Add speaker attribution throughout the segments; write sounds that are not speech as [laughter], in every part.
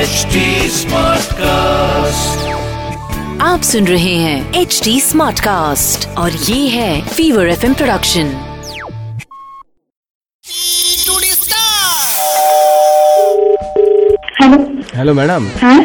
Speaker 1: HD Smartcast.
Speaker 2: आप सुन रहे हैं एच डी स्मार्ट कास्ट और ये है fever F production
Speaker 3: hello
Speaker 4: hello madam
Speaker 3: হ্যাঁ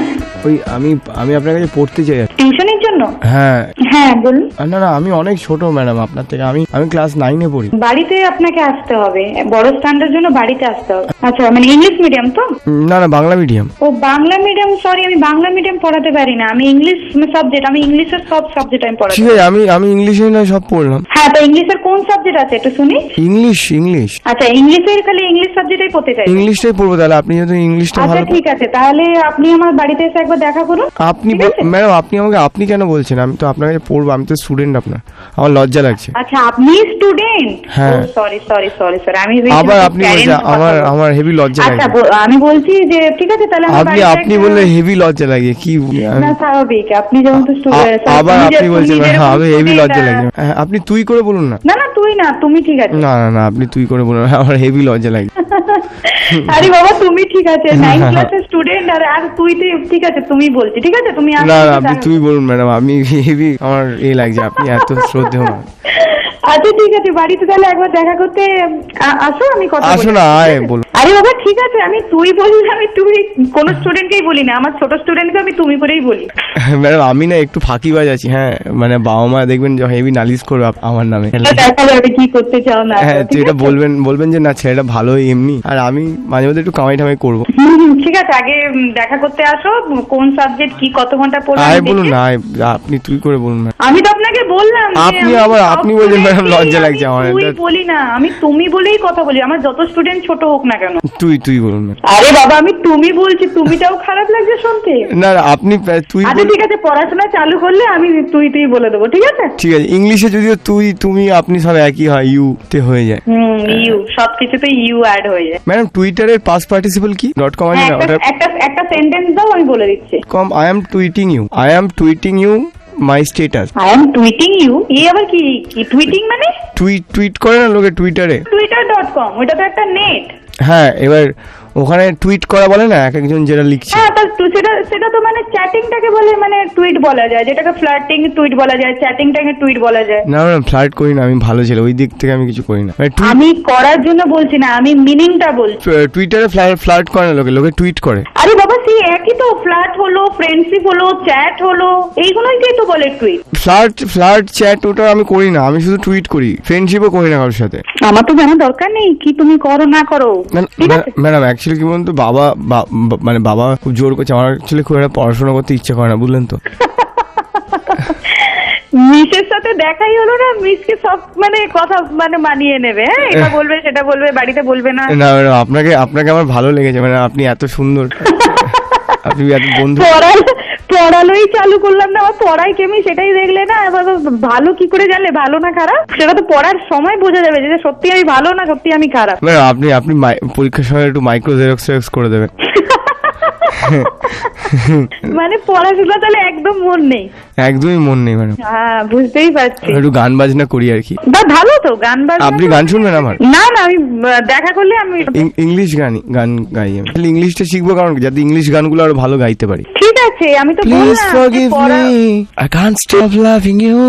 Speaker 4: ওই আমি আমি আপনার কাছে পড়তে চাই আর-
Speaker 3: টিউশনের জন্য
Speaker 4: হ্যাঁ
Speaker 3: হ্যাঁ বলুন
Speaker 4: আহ, না না আমি অনেক ছোট ম্যাডাম আপনার থেকে আমি আমি ক্লাস নাইনে পড়ি
Speaker 3: বাড়িতে আপনাকে আসতে হবে বড় স্ট্যান্ডের জন্য বাড়িতে আসতে হবে আচ্ছা মানে ইংলিশ মিডিয়াম তো
Speaker 4: উম, না না বাংলা মিডিয়াম
Speaker 3: ও বাংলা মিডিয়াম সরি আমি বাংলা মিডিয়াম পড়াতে পারি না আমি ইংলিশ সাবজেক্ট আমি ইংলিশের সব সাবজেক্ট আমি পড়াতে
Speaker 4: ঠিক আছে আমি আমি ইংলিশে না সব পড়লাম
Speaker 3: হ্যাঁ তো ইংলিশের কোন সাবজেক্ট আছে একটু শুনি
Speaker 4: ইংলিশ ইংলিশ
Speaker 3: আচ্ছা ইংলিশের খালি ইংলিশ সাবজেক্টই পড়তে চাই
Speaker 4: ইংলিশটাই পড়বো তাহলে আপনি যদি ইংলিশটা
Speaker 3: আচ্ছা
Speaker 4: ভালো
Speaker 3: ঠিক আছে তাহলে আপনি আমার বাড়িতে এসে একবার দেখা করুন
Speaker 4: আপনি
Speaker 3: ঠিক আছে?
Speaker 4: ম্যাডাম আপনি আমাকে আপনি কেন বলছেন আমি তো আপনার কাছে পড়বো আমি তো স্টুডেন্ট আপনার আমার লজ্জা লাগছে
Speaker 3: আচ্ছা আপনি স্টুডেন্ট
Speaker 4: হ্যাঁ।
Speaker 3: সরি সরি সরি স্যার আমি ভেবেছিলাম
Speaker 4: আবার আপনি
Speaker 3: parents
Speaker 4: বলছেন
Speaker 3: কথা
Speaker 4: আমার
Speaker 3: বলছি।
Speaker 4: আমার হেভি লজ্জা
Speaker 3: আচ্ছা ব-
Speaker 4: লাগছে
Speaker 3: আমি বলছি যে ঠিক আছে তাহলে আমার
Speaker 4: আপনি
Speaker 3: বাড়িতে
Speaker 4: আপনি
Speaker 3: একটা-
Speaker 4: বললে হেভি লজ্জা লাগে কি
Speaker 3: না স্বাভাবিক আপনি যেমন তো stu-
Speaker 4: আ-
Speaker 3: sorry,
Speaker 4: আবার
Speaker 3: তুমি যে-
Speaker 4: আপনি
Speaker 3: তুমি
Speaker 4: বলছেন
Speaker 3: যেরকম
Speaker 4: হ্যাঁ আমি হেভি
Speaker 3: student,
Speaker 4: লজ্জা
Speaker 3: আহ,
Speaker 4: লাগে হ্যাঁ, আপনি তুই করে বলুন না
Speaker 3: না না তুই না তুমি ঠিক আছে
Speaker 4: না না না আপনি তুই করে বলুন আমার হেভি লজ্জা লাগে
Speaker 3: [laughs] আরে বাবা তুমি ঠিক আছে নাইন ক্লাসের স্টুডেন্ট আর আর তুই তুই ঠিক আছে তুমি বলছি ঠিক আছে তুমি
Speaker 4: না
Speaker 3: আসলে
Speaker 4: না আপনি
Speaker 3: জানো।
Speaker 4: তুই বলুন ম্যাডাম আমি হেভি আমার এ লাগছে আপনি এত শ্রদ্ধেয় না
Speaker 3: আচ্ছা ঠিক আছে বাড়িতে তাহলে একবার দেখা করতে আ- আসো আমি কথা
Speaker 4: আসো
Speaker 3: বলি
Speaker 4: না আয় বলুন
Speaker 3: আরে বাবা ঠিক আছে আমি তুই বলি না, আমি তুই কোন স্টুডেন্টকেই বলি না আমার ছোট স্টুডেন্টকে আমি তুমি করেই বলি
Speaker 4: ম্যাডাম আমি না একটু ফাঁকি বাজাচ্ছি হ্যাঁ মানে বাবা মা দেখবেন যে হেভি নালিশ করবে আপ- আমার নামে
Speaker 3: তো দেখা যাবে কি করতে চাও না
Speaker 4: হ্যাঁ
Speaker 3: ঠিক
Speaker 4: তুই এটা
Speaker 3: আছে?
Speaker 4: বলবেন বলবেন যে না ছেলেটা ভালোই এমনি আর আমি মাঝে মধ্যে একটু কামাই টামাই করবো
Speaker 3: হুম, হুম, ঠিক আছে আগে উম, দেখা করতে আসো উম, কোন সাবজেক্ট কি কত ঘন্টা পড়বে
Speaker 4: আয়
Speaker 3: আমি
Speaker 4: বলুন
Speaker 3: দেখে-
Speaker 4: না আয় আপনি তুই করে বলুন না
Speaker 3: আমি তো আপনাকে বললাম যে
Speaker 4: আপনি
Speaker 3: আমি
Speaker 4: আবার-
Speaker 3: সব
Speaker 4: আপনি বলছেন,
Speaker 3: student
Speaker 4: madam,
Speaker 3: কেই
Speaker 4: লজ্জা
Speaker 3: আমি
Speaker 4: লাগছে আমার।
Speaker 3: তুই
Speaker 4: এটা-
Speaker 3: বলি না আমি তুমি বলেই কথা বলি আমার যত স্টুডেন্ট ছোট হোক না কেন
Speaker 4: তুই তুই বলুন না
Speaker 3: আরে বাবা আমি তুমি বলছি তুমিটাও খারাপ লাগছে
Speaker 4: [laughs]
Speaker 3: শুনতে
Speaker 4: না না, আপনি প্যা- তুই
Speaker 3: আচ্ছা
Speaker 4: বলুন।
Speaker 3: ঠিক আছে পড়াশোনা চালু করলে আমি তুই তুই বলে দেবো ঠিক আছে
Speaker 4: ঠিক আছে ইংলিশে যদিও তুই তুমি আপনি সব একই হয় ইউ তে হয়ে যায়
Speaker 3: হুম
Speaker 4: হ্যাঁ,
Speaker 3: ইউ সবকিছুতে ইউ অ্যাড হয়ে যায়
Speaker 4: ম্যাডাম টুইটারের পাস পার্টিসিপল কি ডট কম আছে
Speaker 3: হ্যাঁ,
Speaker 4: না
Speaker 3: একটা
Speaker 4: মানে ওটা
Speaker 3: একটা একটা সেন্টেন্স দাও আমি বলে দিচ্ছি
Speaker 4: কম I am tweeting you I am tweeting you my status
Speaker 3: I am tweeting you এই আবার কি কি টুইটিং মানে
Speaker 4: টুইট টুইট করে না লোকে টুইটারে
Speaker 3: টুইটার ডট কম ওটা তো একটা নেট
Speaker 4: হ্যাঁ এবার ওখানে টুইট করা বলে না এক একজন যেটা লিখছে
Speaker 3: হ্যাঁ তা তো সেটা সেটা তো মানে চ্যাটিংটাকে বলে মানে টুইট বলা যায় যেটাকে ফ্লার্টিং টুইট বলা যায় চ্যাটিংটাকে টুইট বলা যায়
Speaker 4: না ম্যাডাম ফ্লার্ট করি না আমি ভালো ছেলে ওই দিক থেকে আমি কিছু করি না মানে টুইট
Speaker 3: আমি করার জন্য বলছি না আমি মিনিংটা বলছি
Speaker 4: টুইটারে ফ্লার্ট করে না লোকে লোকে টুইট করে
Speaker 3: আরে বাবা সেই একই তো ফ্ল্যাট হলো ফ্রেন্ডশিপ হলো চ্যাট হলো এইগুলোকেই তো বলে টুইট
Speaker 4: ফ্লার্ট ফ্লার্ট চ্যাট ওটা আমি করি না আমি শুধু টুইট করি ফ্রেন্ডশিপও করি না কারোর সাথে
Speaker 3: আমার তো জানা দরকার নেই কি তুমি করো না করো
Speaker 4: মানে,
Speaker 3: ঠিক আছে
Speaker 4: ম্যাডাম অ্যাকচুয়ালি কি বলুন তো বাবা বা- বা- মানে বাবা খুব জোর করছে আমার অ্যাকচুয়ালি খুব একটা পড়াশোনা করতে ইচ্ছে করে না বুঝলেন তো
Speaker 3: মিসের সাথে দেখাই হলো না মিসকে সব মানে কথা মানে মানিয়ে নেবে হ্যাঁ এটা বলবে সেটা বলবে বাড়িতে বলবে না
Speaker 4: না ম্যাডাম আপনাকে আপনাকে আমার ভালো লেগেছে মানে আপনি এত সুন্দর আপনি এত বন্ধু
Speaker 3: পড়াল পড়ালোই চালু করলাম না আমার পড়াই কেমি সেটাই দেখলে না এবার ভালো কি করে জানলে ভালো না খারাপ সেটা তো পড়ার সময় বোঝা যাবে যে সত্যি আমি ভালো না সত্যি আমি খারাপ
Speaker 4: ম্যাডাম মানে আপনি আপনি মাই- পরীক্ষার সময় একটু মাইক্রো জেরক্স জেরক্স করে দেবেন
Speaker 3: মানে পড়াশোনা তাহলে একদম মন নেই
Speaker 4: একদমই মন নেই ম্যাডাম
Speaker 3: হ্যাঁ বুঝতেই পারছি
Speaker 4: একটু গান বাজনা করি আর কি
Speaker 3: বা ভালো তো গান বাজনা
Speaker 4: আপনি
Speaker 3: তো-
Speaker 4: গান শুনবেন আমার
Speaker 3: না না আমি আহ, দেখা করলে আমি
Speaker 4: ইং- ইংলিশ গান গান গাই আমি তাহলে ইংলিশটা শিখবো কারণ কি? যাতে ইংলিশ গানগুলো আরো ভালো গাইতে পারি
Speaker 3: ঠিক আছে আমি তো
Speaker 4: প্লিজ
Speaker 3: বললাম
Speaker 4: forgive me I can't stop loving you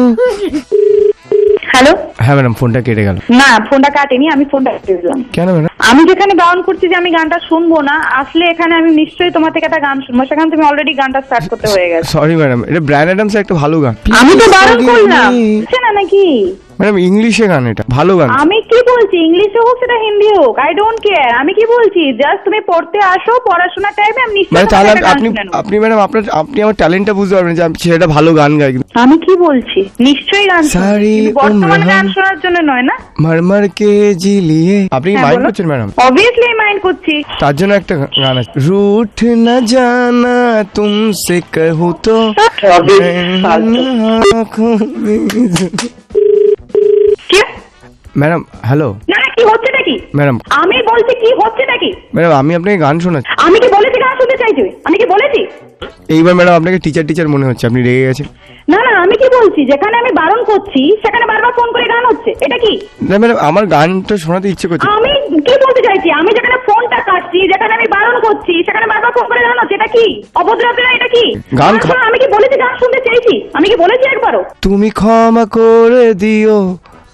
Speaker 3: hello
Speaker 4: হ্যাঁ ম্যাডাম ফোনটা কেটে গেল
Speaker 3: না ফোনটা কাটেনি আমি ফোনটা কেটে দিলাম
Speaker 4: কেন ম্যাডাম
Speaker 3: আমি যেখানে বারণ করছি যে আমি গানটা শুনবো না আসলে এখানে আমি নিশ্চয়ই তোমার থেকে একটা গান শুনবো সেখানে তুমি অলরেডি গানটা স্টার্ট করতে হয়ে গেছে
Speaker 4: সরি ম্যাডাম এটা ব্রায়ান অ্যাডামস একটা ভালো গান
Speaker 3: আমি তো বারণ
Speaker 4: forgive
Speaker 3: করলাম
Speaker 4: me.
Speaker 3: বুঝছে না নাকি
Speaker 4: ম্যাডাম ইংলিশে গান এটা ভালো গান
Speaker 3: আমি কি বলছি ইংলিশে হোক সেটা হিন্দি হোক আই ডোন্ট কেয়ার আমি কি বলছি জাস্ট তুমি পড়তে আসো পড়াশোনার টাইমে আমি নিশ্চয়ই
Speaker 4: মানে
Speaker 3: তোমার
Speaker 4: তাহলে
Speaker 3: একটা গান
Speaker 4: আপনি
Speaker 3: শুনে নেবো।
Speaker 4: আপনি ম্যাডাম আপনার আপনি আমার ট্যালেন্টটা বুঝতে পারবেন যে আমি ছেলেটা ভালো গান গাই
Speaker 3: আমি কি বলছি নিশ্চয়ই গান শুনবো।
Speaker 4: Sorry, oh
Speaker 3: কিন্তু বর্তমানে
Speaker 4: উমরান।
Speaker 3: গান শোনার জন্য নয় না
Speaker 4: মারমার কে জিলিয়ে আপনি
Speaker 3: হ্যাঁ,
Speaker 4: মাইন্ড
Speaker 3: বলো।
Speaker 4: করছেন ম্যাডাম
Speaker 3: অবভিয়াসলি মাইন্ড করছি
Speaker 4: তার জন্য একটা গান আছে রুঠ না জানা তুমসে কহু তো
Speaker 3: কি?
Speaker 4: ম্যাডাম হ্যালো
Speaker 3: না না, কি হচ্ছে নাকি
Speaker 4: ম্যাডাম
Speaker 3: আমি বলছি কি হচ্ছে নাকি
Speaker 4: ম্যাডাম আমি আপনাকে গান শোনাচ্ছি
Speaker 3: আমি কি বলেছি গান শুনতে চাইছি আমি কি বলেছি
Speaker 4: এইবার ম্যাডাম আপনাকে টিচার টিচার মনে হচ্ছে আপনি রেগে গেছেন
Speaker 3: না না আমি কি বলছি যেখানে আমি বারণ করছি সেখানে বারবার ফোন করে গান হচ্ছে এটা কি
Speaker 4: না ম্যাডাম আমার গানটা শোনাতে ইচ্ছে করছে
Speaker 3: আমি কি বলতে চাইছি আমি যেখানে ফোনটা কাটছি যেখানে আমি বারণ করছি সেখানে বারবার ফোন করে গান জানো যেটা কি অভদ্রতা এটা কি
Speaker 4: গান
Speaker 3: গান
Speaker 4: খা-
Speaker 3: শোনা- আমি কি বলেছি গান শুনতে চেয়েছি আমি কি বলেছি একবারও
Speaker 4: তুমি ক্ষমা করে দিও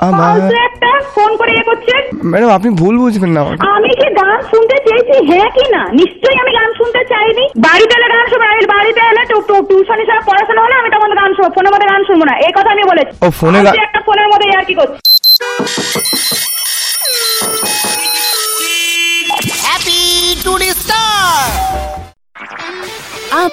Speaker 4: আমার
Speaker 3: ফালতু একটা ফোন করে এ করছে
Speaker 4: ম্যাডাম আপনি ভুল বুঝবেন না আমাকে
Speaker 3: আমি কি গান শুনতে চেয়েছি হ্যাঁ কি না নিশ্চয়ই আমি গান শুনতে চাইনি বাড়িতে এলে গান শুনবো আমি বাড়িতে এলে টিউশনের সাথে পড়াশোনা হলে আমি তখন গান শুনবো ফোনের মধ্যে গান শুনবো না এই কথা আমি বলেছি
Speaker 4: ও, phone এ
Speaker 3: আমি
Speaker 4: গা-
Speaker 3: যে একটা ফোনের মধ্যে আর কি করছি
Speaker 5: Happy to the star!
Speaker 2: आप